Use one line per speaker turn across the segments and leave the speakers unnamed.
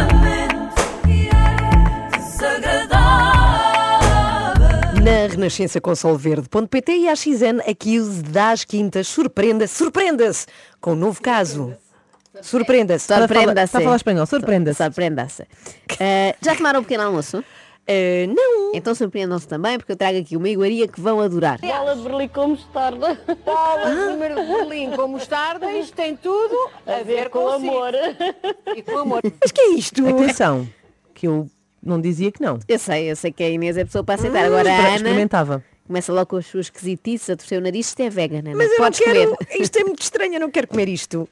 Extremamente desagradável.
Na Renascença com Solverde.pt e a XN Accuse das Quintas. Surpreenda, surpreenda-se com um novo caso. Surpreenda-se.
Surpreenda-se.
Está a falar espanhol, surpreenda-se.
Surpreenda-se. Eh, já tomaram um pequeno almoço?
Eh, não.
Então surpreendam-se também, porque eu trago aqui uma iguaria que vão adorar.
Bola de Berlim com mostarda.
Ah.
Bola de número de Berlim com mostarda, isto tem tudo a, ver, com, o
amor.
sítio E com amor.
Mas que é isto?
Atenção, que eu não dizia que não.
Eu sei, eu sei que a Inês é a pessoa para
Ah,
aceitar. Agora
Expre-
a Ana
Experimentava.
começa logo com as suas esquisitices a torcer o nariz. Isto é vegan, Ana.
Mas eu não
Podes
quero.
comer.
Isto é muito estranho, eu não quero comer isto.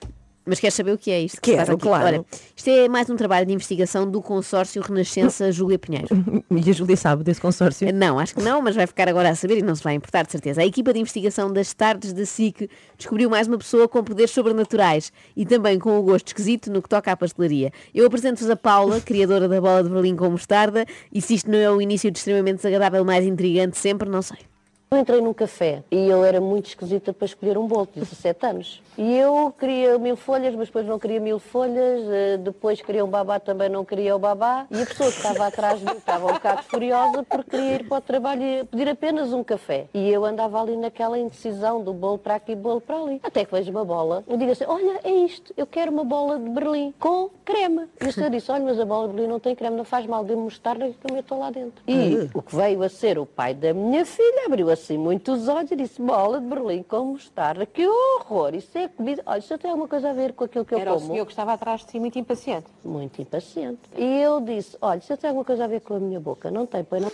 Mas queres saber o que é isto?
Quero,
Faz aqui.
claro.
Ora, isto é mais um trabalho de investigação do consórcio Renascença Júlia Pinheiro.
E a Júlia sabe desse consórcio.
Não, acho que não, mas vai ficar agora a saber e não se vai importar, de certeza. A equipa de investigação das tardes da SIC descobriu mais uma pessoa com poderes sobrenaturais e também com o gosto esquisito no que toca à pastelaria. Eu apresento-vos a Paula, criadora da bola de Berlim com mostarda, e se isto não é o início de extremamente desagradável mais intrigante sempre, não sei.
Eu entrei num café e eu era muito esquisita para escolher um bolo, tinha 17 anos. E eu queria mil folhas, mas depois não queria mil folhas, eh, depois queria um babá, também não queria o babá. E a pessoa que estava atrás de mim estava um bocado furiosa porque queria ir para o trabalho e pedir apenas um café. E eu andava ali naquela indecisão do bolo para aqui e bolo para ali. Até que vejo uma bola e digo assim, olha, é isto, eu quero uma bola de Berlim com creme. E o senhor disse, olha, mas a bola de Berlim não tem creme, não faz mal de mostarda que também estou lá dentro. E o que veio a ser o pai da minha filha abriu assim muito os olhos e disse, bola de Berlim com mostarda, que horror, isso é comida. Olha, isso tem alguma coisa a ver com aquilo que eu
Era o
como?
senhor que estava atrás de si muito impaciente.
Muito impaciente. E eu disse, olha, isso tem alguma coisa a ver com a minha boca, não tem, pois não.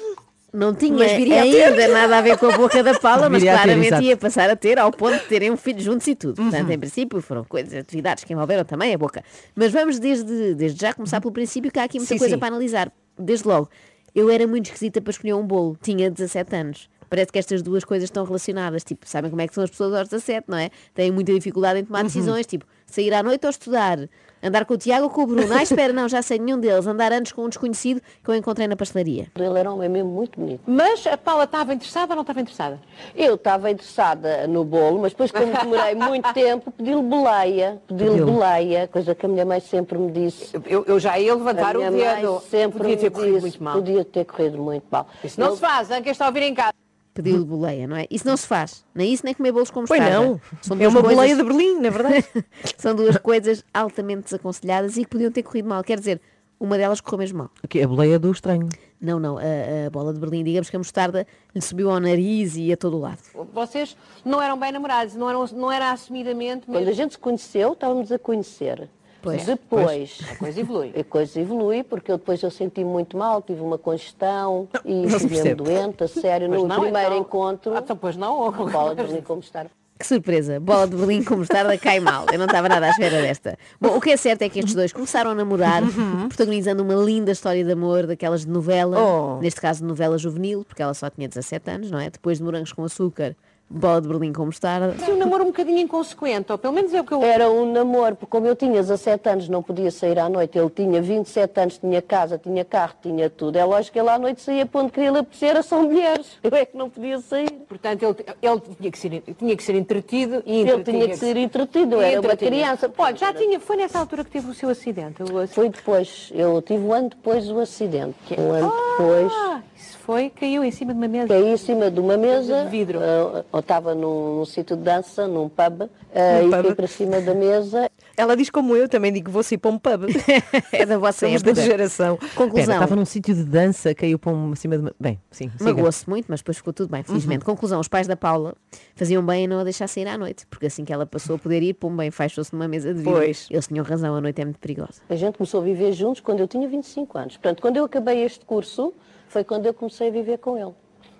Não tinha
Mas viria a ter.
ainda nada a ver com a boca da Paula, mas
Viria a ter,
claramente
exato.
ia passar a ter ao ponto de terem um filho juntos e
Uhum.
tudo. Portanto, em princípio, foram coisas, atividades que envolveram também a boca. Mas vamos desde, desde já começar pelo princípio, que há aqui muita
Sim,
coisa
sim.
para analisar. Desde logo, eu era muito esquisita para escolher um bolo. Tinha 17 anos. Parece que estas duas coisas estão relacionadas. Tipo, sabem como é que são as pessoas aos 17, não é? Têm muita dificuldade em tomar
Uhum.
decisões, tipo, sair à noite ou estudar. Andar com o Tiago ou com o Bruno. Ah, espera, não, já sei nenhum deles. Andar antes com um desconhecido que eu encontrei na pastelaria.
Ele era um homem mesmo muito bonito.
Mas a Paula estava interessada ou não estava interessada?
Eu estava interessada no bolo, mas depois, como demorei muito tempo, pedi-lhe boleia. Pedi-lhe
Pediu.
boleia, coisa que a minha mãe sempre me disse.
Eu, eu já ia levantar
a
o
minha
dedo.
mãe sempre
Podia
me
ter corrido
disse,
muito mal.
Podia ter corrido muito mal.
Isso não
Ele-
se faz, hein, quem está a ouvir em casa.
pediu boleia, não é? Isso não se faz. Nem isso, nem comer bolos com
Pois
mostarda.
não.
São
É
duas,
uma boleia
coisas,
de Berlim, na verdade.
são duas coisas altamente desaconselhadas e que podiam ter corrido mal. Quer dizer, uma delas correu mesmo mal.
Que A boleia do estranho.
Não, não, a, a bola de Berlim, digamos que a mostarda lhe subiu ao nariz e a todo o lado.
Vocês não eram bem namorados, não, eram, não era assumidamente
Quando
mesmo.
a gente se conheceu, estávamos a conhecer.
Pois.
Depois,
A coisa evolui.
a coisa evolui, porque eu depois eu senti muito mal, tive uma congestão e
não se
fiquei
percebe.
doente, a sério,
Pois
no
não,
primeiro
então-
encontro.
Ah, então, pois não.
Bola de mim como estar.
Que surpresa! Bola de Berlim com mostarda cai mal. Eu não estava nada à espera desta. Bom, o que é certo é que estes dois começaram a namorar,
Uhum.
protagonizando uma linda história de amor, daquelas de novela,
Oh.
neste caso de novela juvenil, porque ela só tinha 17 anos, não é? Depois de morangos com açúcar, bola de Berlim com mostarda.
Sim, um namoro um bocadinho inconsequente, ou pelo menos é o que eu
Era um namoro, porque como eu tinha 17 anos, não podia sair à noite. Ele tinha 27 anos, tinha casa, tinha carro, tinha tudo. É lógico que ele à noite saía para onde queria lhe apetecer, eram só mulheres. Eu é que não podia sair.
Portanto, ele, ele tinha, que ser, tinha que ser entretido e
Ele
entretinha
tinha que ser entretido, eu era uma
Entretinha.
criança.
Olha, já tinha, foi nessa altura que teve o seu acidente. o ac-
Foi depois, eu tive um ano depois o acidente. Um ano depois,
Ah, isso foi, caiu em cima de uma mesa.
caí em cima de uma mesa.
De vidro.
ah, ou estava num, num sítio de dança, num pub, ah,
Num
e
pub.
fui para cima da mesa.
Ela diz como eu, também digo, vou sair para um pub.
É da vossa
Somos da
época.
geração.
Conclusão.
Pera, estava num sítio de dança, caiu para
um,
uma cima de. uma- Bem, sim. siga.
Magoou-se muito, mas depois ficou tudo bem, felizmente.
Uhum.
Conclusão, os pais da Paula faziam bem em não a deixar sair à noite, porque assim que ela passou a poder ir, pum, bem, fechou-se numa mesa de vidro.
Pois.
Eles tinham razão, a noite é muito perigosa.
A gente começou a viver juntos quando eu tinha 25 anos. Portanto, quando eu acabei este curso, foi quando eu comecei a viver com ele.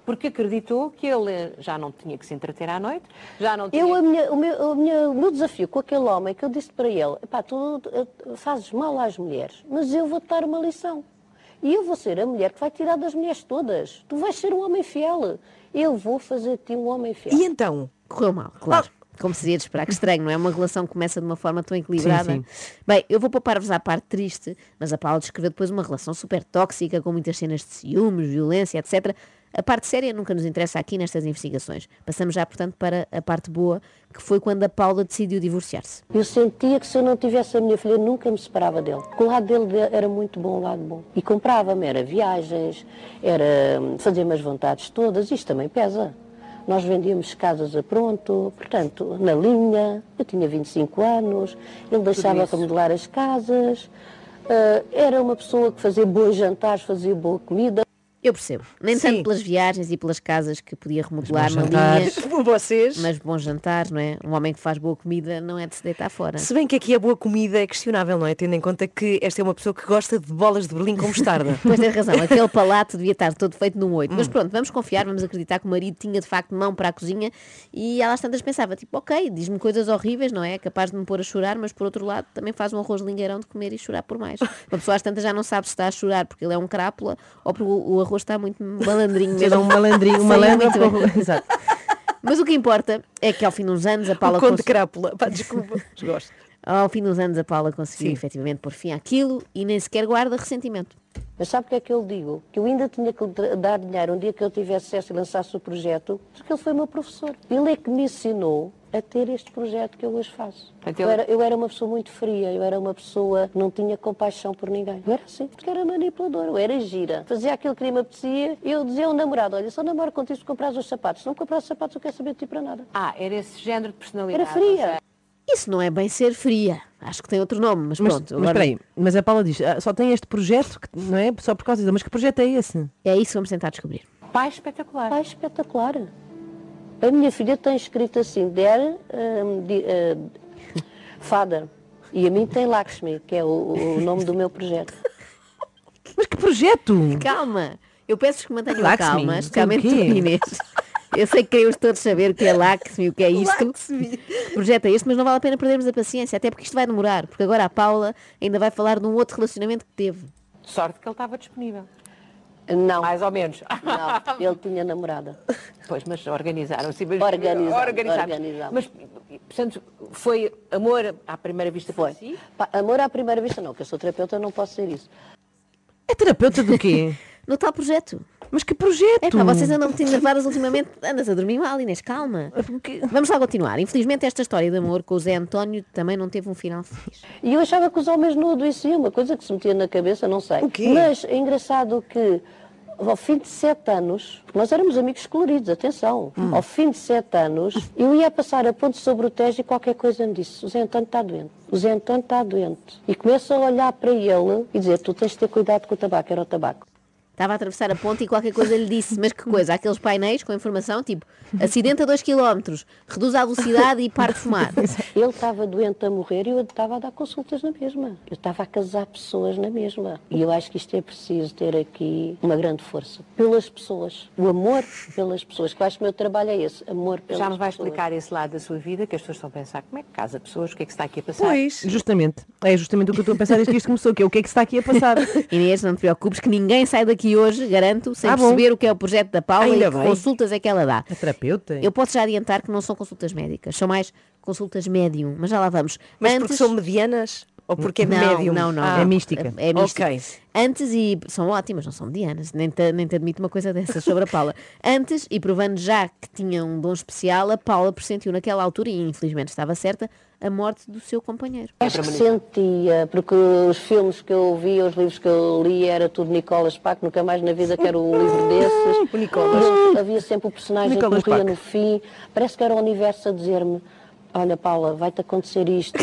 Porque acreditou que ele eh, já não tinha que se entreter à noite, já não tinha
Eu, a minha, o, meu, a minha- o meu desafio com aquele homem é que eu disse para ele, pá, tu eh, fazes mal às mulheres, mas eu vou-te dar uma lição. E eu vou ser a mulher que vai tirar das mulheres todas. Tu vais ser um homem fiel. Eu vou fazer-te um homem fiel.
E então?
Correu mal, claro.
Ah.
Como seria de esperar, que estranho, não é? Uma relação que começa de uma forma tão equilibrada.
Sim,
Bem, eu vou poupar-vos à parte triste, mas a Paula descreveu depois uma relação super tóxica, com muitas cenas de ciúmes, violência, etc. A parte séria nunca nos interessa aqui nestas investigações. Passamos já, portanto, para a parte boa, que foi quando a Paula decidiu divorciar-se.
Eu sentia que se eu não tivesse a minha filha, nunca me separava dele. Porque o lado dele de- era muito bom, o lado bom. E comprava-me, era viagens, era hum, fazer-me as vontades todas, isto também pesa. Nós vendíamos casas a pronto, portanto, na linha, eu tinha 25 anos, ele deixava remodelar as casas, ah, era uma pessoa que fazia bons jantares, fazia boa comida.
Eu percebo. Nem
Sim.
tanto pelas viagens e pelas casas que podia remodelar na linha,
jantares.
Vocês?
mas bons jantares, não é? Um homem que faz boa comida não é de se deitar fora.
Se bem que aqui a boa comida é questionável, não é? Tendo em conta que esta é uma pessoa que gosta de bolas de berlim com mostarda.
Pois tem razão, aquele palato devia estar todo feito num oito.
Hum.
Mas pronto, vamos confiar, vamos acreditar que o marido tinha de facto mão para a cozinha e ela às tantas pensava, tipo, ok, diz-me coisas horríveis, não é? Capaz de me pôr a chorar, mas por outro lado também faz um arroz lingueirão de comer e chorar por mais. Uma pessoa às tantas já não sabe se está a chorar porque ele é um crápula ou porque o o arroz está muito malandrinho
Era
mesmo.
um malandrinho, uma
Saiu
lenda.
muito bem.
com- Exato.
Mas o que importa é que ao fim de uns anos a Paula
o conto
cons-
crápula. Pá, desculpa. Gosto.
ao fim de uns anos a Paula conseguiu efetivamente pôr fim àquilo e nem sequer guarda ressentimento.
Mas sabe o que é que eu lhe digo? Que eu ainda tinha que lhe tra- dar dinheiro um dia que eu tivesse sucesso e lançasse o projeto, porque ele foi meu professor. Ele é que me ensinou a ter este projeto que eu hoje faço. Eu era, eu era uma pessoa muito fria, eu era uma pessoa que não tinha compaixão por ninguém. Eu era assim, porque era manipulador, eu era gira. Fazia aquilo que lhe me apetecia, eu dizia ao namorado, olha, só namoro contigo se comprares os sapatos. Se não comprares os sapatos, eu quero saber de ti para nada.
Ah, era esse género de personalidade.
Era fria.
Isso não é bem ser fria. Acho que tem outro nome, mas,
Mas,
pronto.
mas
agora-
peraí, mas a Paula diz, "Ah, só tem este projeto, que- não é? Só por causa dele. Mas que projeto é esse?
É isso que vamos tentar descobrir.
Pai espetacular.
Pai, Ah, espetacular. A minha filha tem escrito assim, der, um, di- eh, father. E a mim tem Lakshmi, que é o, o nome do meu projeto.
Mas que projeto?
Calma! Eu peço que mantenham a
Laxmi,
calma,
tem
especialmente
o quê?
tu, Inês. Eu sei que queremos todos saber o que é Laxmi, o que é isto. Projeto é este, mas não vale a pena perdermos a paciência, até porque isto vai demorar, porque agora a Paula ainda vai falar de um outro relacionamento que teve.
Sorte que ele estava disponível.
Não,
Mais ou menos.
não, ele tinha namorada.
Pois, mas organizaram-se. mas-
Organizaram,
Organizaram.
organizaram.
Mas, portanto, foi amor à primeira vista
Foi.
para si?
Pa- Amor à primeira vista, não, que eu sou terapeuta, não posso ser isso.
É terapeuta do quê?
No tal projeto.
mas que projeto?
É pá, vocês andam muito enervadas ultimamente. Andas a dormir mal, Inês, calma.
É
Vamos lá continuar. Infelizmente, esta história de amor com o Zé António também não teve um final feliz.
E eu achava que os homens não adoeciam, uma coisa que se metia na cabeça, não sei.
O quê?
Mas é engraçado que ao fim de sete anos, nós éramos amigos coloridos, atenção.
Hum.
Ao fim de sete anos, eu ia passar a ponte sobre o Tejo e qualquer coisa me disse, o Zé António está doente, o Zé António está doente. E começo a olhar para ele e dizer, tu tens de ter cuidado com o tabaco, era o tabaco.
Estava a atravessar a ponte e qualquer coisa lhe disse, mas que coisa, aqueles painéis com informação tipo acidente a 2 km, reduz a velocidade e para de fumar.
Ele estava doente a morrer e eu estava a dar consultas na mesma. Eu estava a casar pessoas na mesma. E eu acho que isto é preciso ter aqui uma grande força. Pelas pessoas. O amor pelas pessoas. Que eu acho que o meu trabalho é esse. Amor pelas pessoas.
Já nos vai explicar esse lado da sua vida, que as pessoas estão a pensar como é que casa pessoas, o que é que se está aqui a passar.
Pois.
Justamente. É justamente o que eu estou a pensar desde que isto começou, que é o que é que se está aqui a passar.
Inês, não te preocupes que ninguém sai daqui hoje, garanto, sem
Ah, bom.
perceber o que é o projeto da Paula
Ainda
e que
bem.
consultas é que ela dá.
É terapeuta?
Eu posso já adiantar que não são consultas médicas, são mais consultas médium, mas já lá vamos.
Mas porque
Antes-
são medianas? Ou porque é
não,
médium?
Não, não,
Ah,
não.
é mística.
É, é mística.
Ok.
Antes e são ótimas, não são medianas, nem te, nem te admito uma coisa dessas sobre a Paula. Antes, e provando já que tinha um dom especial, a Paula pressentiu naquela altura, e infelizmente estava certa, a morte do seu companheiro.
Acho que sentia, porque os filmes que eu via, os livros que eu li, era tudo Nicolas Paco, nunca mais na vida quero um livro desses.
O Nicolas.
E Havia sempre o personagem
Nicolas
que morria
Paco.
no fim. Parece que era o universo a dizer-me, olha Paula, vai-te acontecer isto.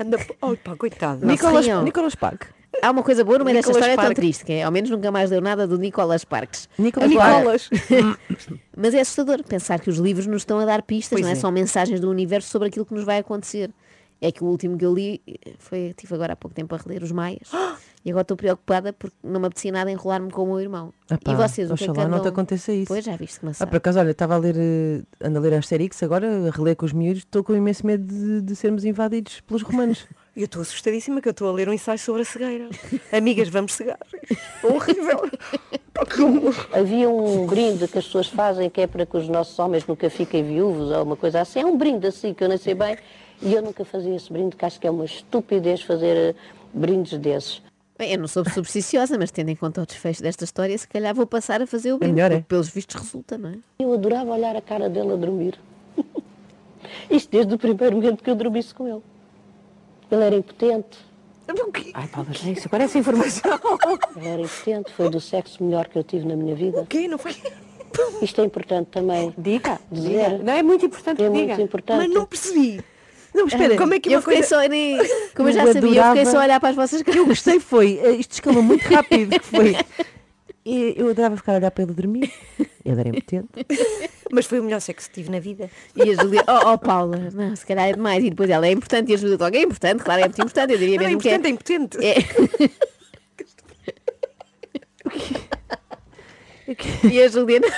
Anda... Oh, pá, coitado.
Não.
Nicolas,
se riam.
Nicolas Pack.
Há uma coisa boa no meio desta
Nicolas
história é tão
Parks.
triste, que é, ao menos nunca mais deu nada do Nicolas Parks.
Nicolas
Agora-
Nicolas.
Mas é assustador pensar que os livros nos estão a dar pistas, não é? São mensagens do universo sobre aquilo que nos vai acontecer. É que o último que eu li eh, foi, tive agora há pouco tempo a reler os Maias. e agora estou preocupada porque não me apetecia nada enrolar-me com o meu irmão.
Epá,
e vocês, o que é que
oxalá não te
andam-
aconteça isso.
Pois já viste que
Ah, por
maçada.
acaso, olha, estava a ler, eh, ando a ler Asterix agora, a reler com os miúdos, estou com imenso medo de, de sermos invadidos pelos romanos.
E eu estou assustadíssima que eu estou a ler um ensaio sobre a cegueira. Amigas, vamos cegar. Horrível. Pá, que horror.
Havia um brinde que as pessoas fazem que é para que os nossos homens nunca fiquem viúvos ou uma coisa assim. É um brinde assim que eu nem sei bem. E eu nunca fazia esse brinde, que acho que é uma estupidez fazer eh, brindes desses.
Bem, eu não sou supersticiosa, mas tendo em conta o desfecho desta história, se calhar vou passar a fazer o brinde.
melhor, é?
porque Pelos vistos resulta, não é?
Eu adorava olhar a cara dele a dormir. Isto desde o primeiro momento que eu dormisse com ele. Ele era impotente.
Ai, Paula, já isso agora é essa informação.
Ele era impotente. Foi do sexo melhor que eu tive na minha vida.
Quem não foi?
Isto é importante também.
Diga.
Dizer.
diga. Não é muito importante
É
que
muito
diga.
importante.
Mas não percebi. Não, espera,
Ah,
como é que
eu
uma
fiquei
coisa...
só nem. Como eu já
Eu
sabia, eu fiquei
adorava-
só a olhar para as vossas
O que eu
caras.
gostei foi, eh, isto escalou muito rápido, que foi. e Eu adorava ficar a olhar para ele dormir. Ele era impotente.
Mas foi o melhor sexo que tive na vida.
E a Julia, oh, oh Paula, não, se calhar é demais. E depois ela é importante e a Julia toca, é importante, claro, é muito importante, eu diria
Não, é
mesmo que
impotente, é impotente.
é. E a Julia não.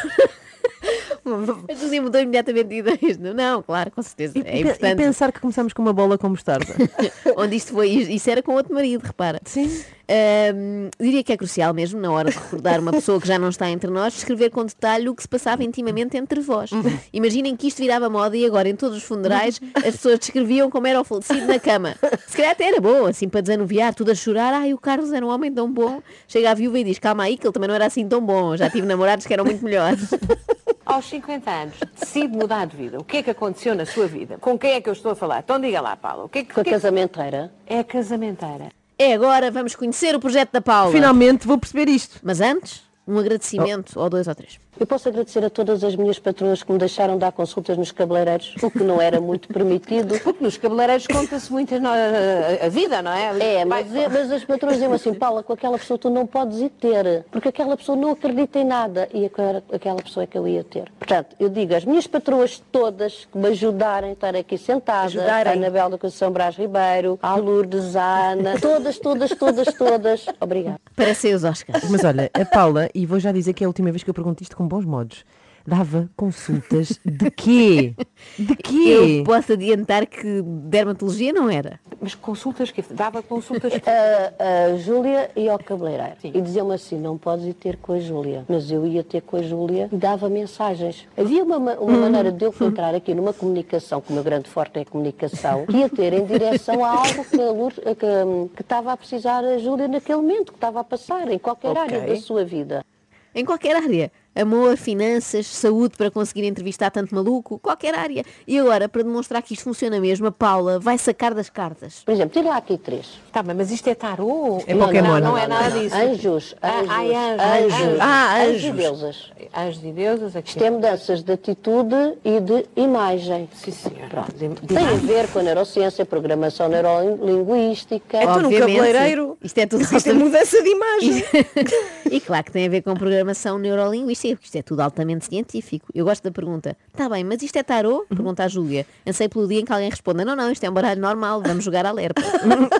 A Julia mudou imediatamente de ideias. Não, não, claro, com certeza. É
E, e pe- e
importante.
pensar que começámos com uma bola com mostarda.
Onde isto foi, isso era com outro marido, repara.
Sim.
Ahm, diria que é crucial mesmo, na hora de recordar uma pessoa que já não está entre nós, escrever com detalhe o que se passava intimamente entre vós. Imaginem que isto virava moda e agora em todos os funerais as pessoas descreviam como era o falecido na cama. Se calhar até era bom, assim para desanuviar, tudo a chorar. Ai, o Carlos era um homem tão bom. Chega a viúva e diz, calma aí, que ele também não era assim tão bom. Já tive namorados que eram muito melhores.
Aos 50 anos, decide mudar de vida. O que é que aconteceu na sua vida? Com quem é que eu estou a falar? Então diga lá, Paula. O que é que, o
Com a
que é que-
casamenteira.
é a casamenteira?
É agora, vamos conhecer o projeto da Paula.
Finalmente vou perceber isto.
Mas antes, um agradecimento, ou dois ou três.
Eu posso agradecer a todas as minhas patroas que me deixaram dar consultas nos cabeleireiros, o que não era muito permitido.
Porque nos cabeleireiros conta-se muito a, no- a- a vida, não é?
É, mas,
Vai-
mas as patroas diziam assim, Paula, com aquela pessoa tu não podes ir ter, porque aquela pessoa não acredita em nada e aquela, aquela pessoa é que eu ia ter. Portanto, eu digo às minhas patroas todas que me ajudarem a estar aqui sentada,
Ajudarem.
a Anabel da Conceição Brás Ribeiro, a Lourdes, a Ana, todas, todas, todas, todas. Obrigada.
Parecem os Oscars.
Mas olha, a Paula, e vou já dizer que é a última vez que eu pergunto isto com bons modos, dava consultas de quê? De quê?
Eu posso adiantar que dermatologia não era.
Mas consultas que dava consultas que
A, a Júlia e ao cabeleireiro. E diziam-me assim, não podes ir ter com a Júlia. Mas eu ia ter com a Júlia e dava mensagens. Havia uma, ma-
Uhum.
uma maneira de eu entrar aqui numa comunicação, que o meu grande forte é a comunicação, que ia ter em direção a algo que, a Lourdes- que- que estava a precisar a Júlia naquele momento, que estava a passar, em qualquer área da sua vida.
Em qualquer área. Amor, finanças, saúde para conseguir entrevistar tanto maluco, qualquer área. E agora, para demonstrar que isto funciona mesmo, a Paula vai sacar das cartas.
Por exemplo, tira lá aqui três.
Tá, mas isto é tarô?
É Pokémon.
Não, não é nada disso.
Anjos, anjos,
Ah, ai, anjos,
anjos,
anjos.
Ah, anjos. e deusas.
Anjos de deusas aqui.
Isto é mudanças de atitude e de imagem.
Sim, senhora.
Tem a ver com a neurociência, programação neurolinguística.
Então, no
Obviamente,
cabeleireiro,
Isto é tudo
Isto é mudança de imagem.
E claro que tem a ver com programação neurolinguística, porque isto é tudo altamente científico. Eu gosto da pergunta. Está bem, mas isto é tarô? Pergunta à Júlia. Ansei pelo dia em que alguém responda, não, não, isto é um baralho normal, vamos jogar à lerpa.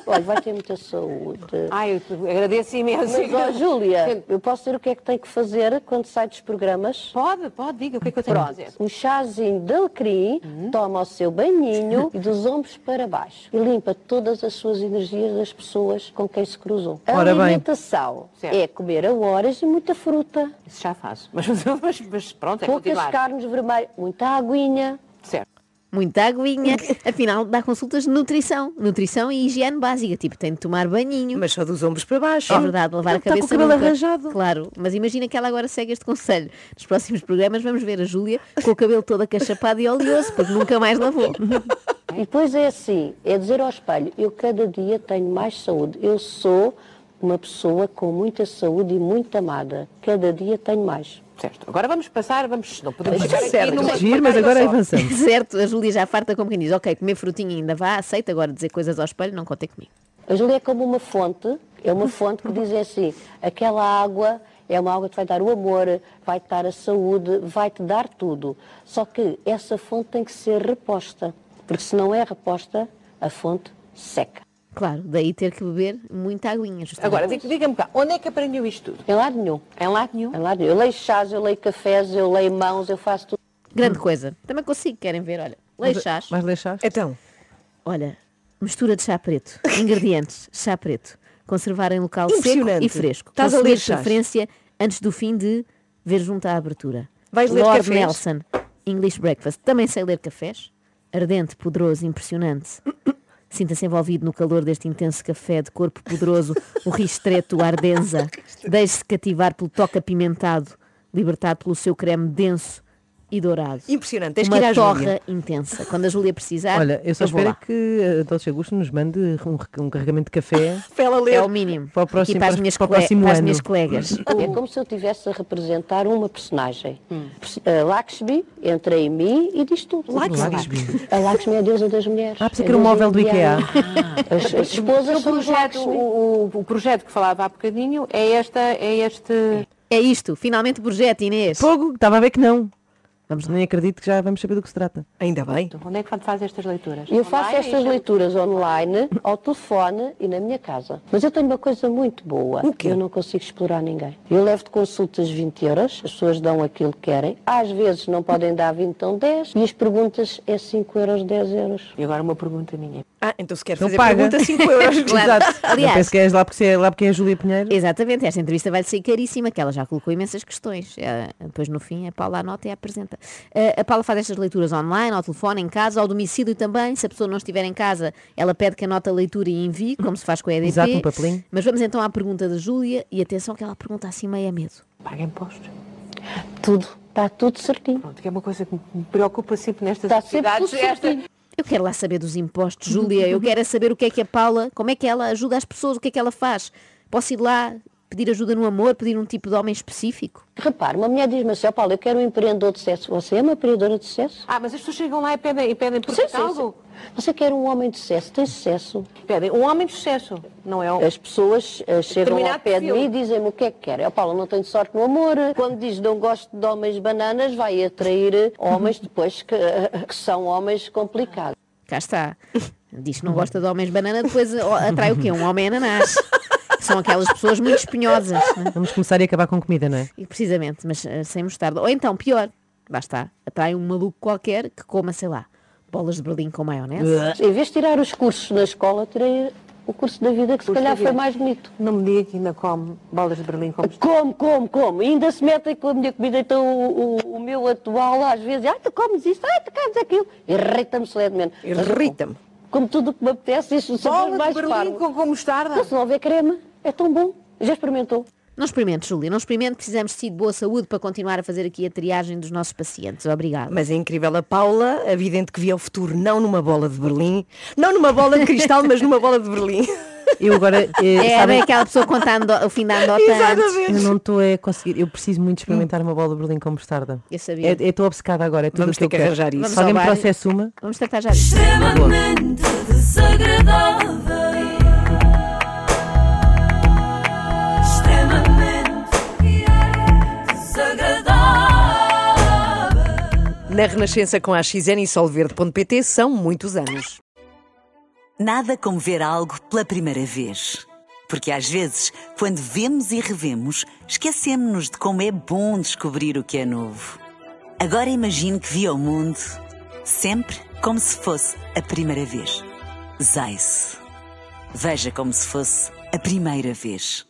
Olha, vai ter muita saúde.
Ai, eu te agradeço imenso.
Mas, ó, Júlia, eu posso dizer o que é que tem que fazer quando sai dos programas?
Pode, pode, diga o que é que eu tenho a fazer.
Um chazinho de alecrim,
Uhum.
toma o seu banhinho e dos ombros para baixo. E limpa todas as suas energias das pessoas com quem se cruzou. A
Ora bem.
alimentação
Certo.
é comer a horas e muita fruta.
Isso já faço. Mas, mas, mas pronto, é
Poucas
continuar.
carnes vermelhas, muita aguinha.
Certo.
Muita aguinha. Afinal, dá consultas de nutrição. Nutrição e higiene básica. Tipo, tem de tomar banhinho.
Mas só dos ombros para baixo. tá
É verdade, lavar
ele
a
está com
cabeça
o cabelo
nunca.
arranjado.
Claro, mas imagina que ela agora segue este conselho. Nos próximos programas vamos ver a Júlia com o cabelo todo acachapado e oleoso, porque nunca mais lavou.
E depois é assim, é dizer ao espelho, eu cada dia tenho mais saúde. Eu sou uma pessoa com muita saúde e muito amada. Cada dia tenho mais.
Certo. Agora vamos passar, vamos. Não podemos
Mas
ficar aqui
certo,
numa-
Giro, mas agora avançamos.
certo, a Júlia já farta como quem diz, ok, comer frutinha ainda vá, aceita agora dizer coisas ao espelho, não contem comigo.
A Júlia é como uma fonte, é uma fonte que diz assim, aquela água é uma água que vai dar o amor, vai te dar a saúde, vai te dar tudo. Só que essa fonte tem que ser reposta, porque se não é reposta, a fonte seca.
Claro, daí ter que beber muita aguinha, justamente.
Agora, diga- diga-me cá, onde é que aprendeu isto tudo?
Em lado nenhum,
Em lado nenhum.
em lado nenhum. Eu leio chás, eu leio cafés, eu leio mãos, eu faço tudo.
Grande coisa. Também consigo, querem ver, olha. Leixás.
Mas deixaste?
Então,
Olha, Mistura de chá preto. Ingredientes: chá preto. Conservar em local seco
Impressionante.
e fresco.
Estás a
Conceder
ler chás.
preferência antes do fim de ver junto à abertura.
Vais ler
Lord
cafés?
Nelson, English Breakfast. Também sei ler cafés. Ardente, poderoso, impressionante. Sinta-se envolvido no calor deste intenso café de corpo poderoso, o ristreto, a ardenza.
é
Deixe-se cativar pelo toque apimentado, libertado pelo seu creme denso e dourado.
Impressionante. Tens que ir
Uma
à Júlia.
torra intensa. Quando a Júlia precisar,
Olha, eu só
Ah, vou
espero é
lá.
que eh, a Dolce Gusto nos mande um, rec- um carregamento de café.
Para ela ler.
É o mínimo.
Para o próximo-
e para as
para-
minhas,
para o
cole-
próximo
para as
ano.
minhas colegas.
É como se eu estivesse a representar uma personagem.
Hum.
Pers- A Lakshmi entra em mim e diz tudo.
Lakshmi.
A Lakshmi é a deusa das mulheres.
Ah, pensei que era um móvel do IKEA.
As, as esposas
O
são os
projeto,
Lakshmi.
o, o- o projeto que falava há bocadinho é, esta, é este.
É isto. Finalmente o projeto, Inês.
Fogo, estava a ver que não. Vamos, nem acredito que já vamos saber do que se trata.
Ainda bem.
Onde é que faz estas leituras?
Eu faço
Online?
estas leituras online, ao telefone e na minha casa. Mas eu tenho uma coisa muito boa.
O quê?
Eu não consigo explorar ninguém. Eu levo de consultas 20 euros, as pessoas dão aquilo que querem. Às vezes não podem dar 20, dão 10. E as perguntas é 5 euros, 10 euros.
E agora uma pergunta minha.
Ah, então se queres
Não
fazer
paga.
pergunta, 5 euros.
Exato.
Aliás-
não penso que és lá porque, é, lá porque é a Júlia Pinheiro.
Exatamente, esta entrevista vai ser caríssima, que ela já colocou imensas questões. Eh, Depois, no fim, a Paula anota e a apresenta. Eh, A Paula faz estas leituras online, ao telefone, em casa, ao domicílio também. Se a pessoa não estiver em casa, ela pede que anota a leitura e envie, como se faz com a EDP.
Exato, um papelinho.
Mas vamos então à pergunta da Júlia, e atenção que ela pergunta assim meio a medo.
Paga impostos.
Tudo. Está tudo certinho.
Pronto, que é uma coisa que me preocupa sempre nestas
Está sempre tudo
sociedades. esta-
certinho.
Eu quero lá saber dos impostos, Júlia. Eu quero é saber o que é que a Paula, como é que ela ajuda as pessoas, o que é que ela faz. Posso ir lá pedir ajuda no amor, pedir um tipo de homem específico?
Repare, uma mulher diz-me assim, ó Paulo, eu quero um empreendedor de sucesso. Você é uma empreendedora de sucesso?
Ah, mas as pessoas chegam lá e pedem, e pedem por
Sim, sim, sim.
algo.
Você quer um homem de sucesso? Tem sucesso?
Pedem um homem de sucesso, não é? um-
As pessoas eh, chegam ao
Determinado
pé de
perfil.
mim e dizem-me o que é que querem. Eu, Paulo, não tenho sorte no amor. Quando diz não gosto de homens bananas, vai atrair eh, homens depois que, eh, que são homens complicados.
Cá está. Diz que não gosta de homens banana, depois ó, atrai o quê? Um homem ananás. São aquelas pessoas muito espinhosas. né?
Vamos começar e acabar com comida, não é?
E precisamente, mas eh, sem mostarda. Ou então, pior, lá está, atrai um maluco qualquer que coma, sei lá, bolas de berlim com maionese.
Ah.
Em vez de tirar os cursos na escola, tirei o curso da vida, que se
Curso da
calhar
vida.
foi mais bonito.
Não me diga que ainda come bolas de Berlim como
Como, como, como? Ainda se metem com a minha comida, então o, o- o meu atual às vezes, ai, tu comes isto, ai, tu comes aquilo. Irrita-me solenemente.
Irrita-me.
Como tudo o que me apetece, isto me sempre mais parvo.
com, com mostarda.
Não, se não houver creme, é tão bom. Já experimentou?
Não experimente, Júlia, não experimente. Precisamos de si de boa saúde para continuar a fazer aqui a triagem dos nossos pacientes. Obrigada.
Mas é incrível. A Paula, a vidente que via o futuro, não numa bola de Berlim, não numa bola de cristal, mas numa bola de Berlim.
Eu agora, eh,
É,
sabem,
bem aquela pessoa contando o fim da anedota antes.
eu não estou a conseguir. Eu preciso muito experimentar uma bola de Berlim com mostarda.
Eu sabia.
É- Eu estou obcecada agora. É tudo
Vamos
o
ter
que eu
que
quero.
arranjar isso.
Vamos
Se alguém
ao
me
bar.
trouxesse uma,
Vamos tratar já disso.
extremamente desagradável, extremamente desagradável.
Na Renascença com a XN e Solverde.pt são muitos anos.
Nada como ver algo pela primeira vez. Porque às vezes, quando vemos e revemos, esquecemos-nos de como é bom descobrir o que é novo. Agora imagine que viu o mundo sempre como se fosse a primeira vez. Zais. Veja como se fosse a primeira vez.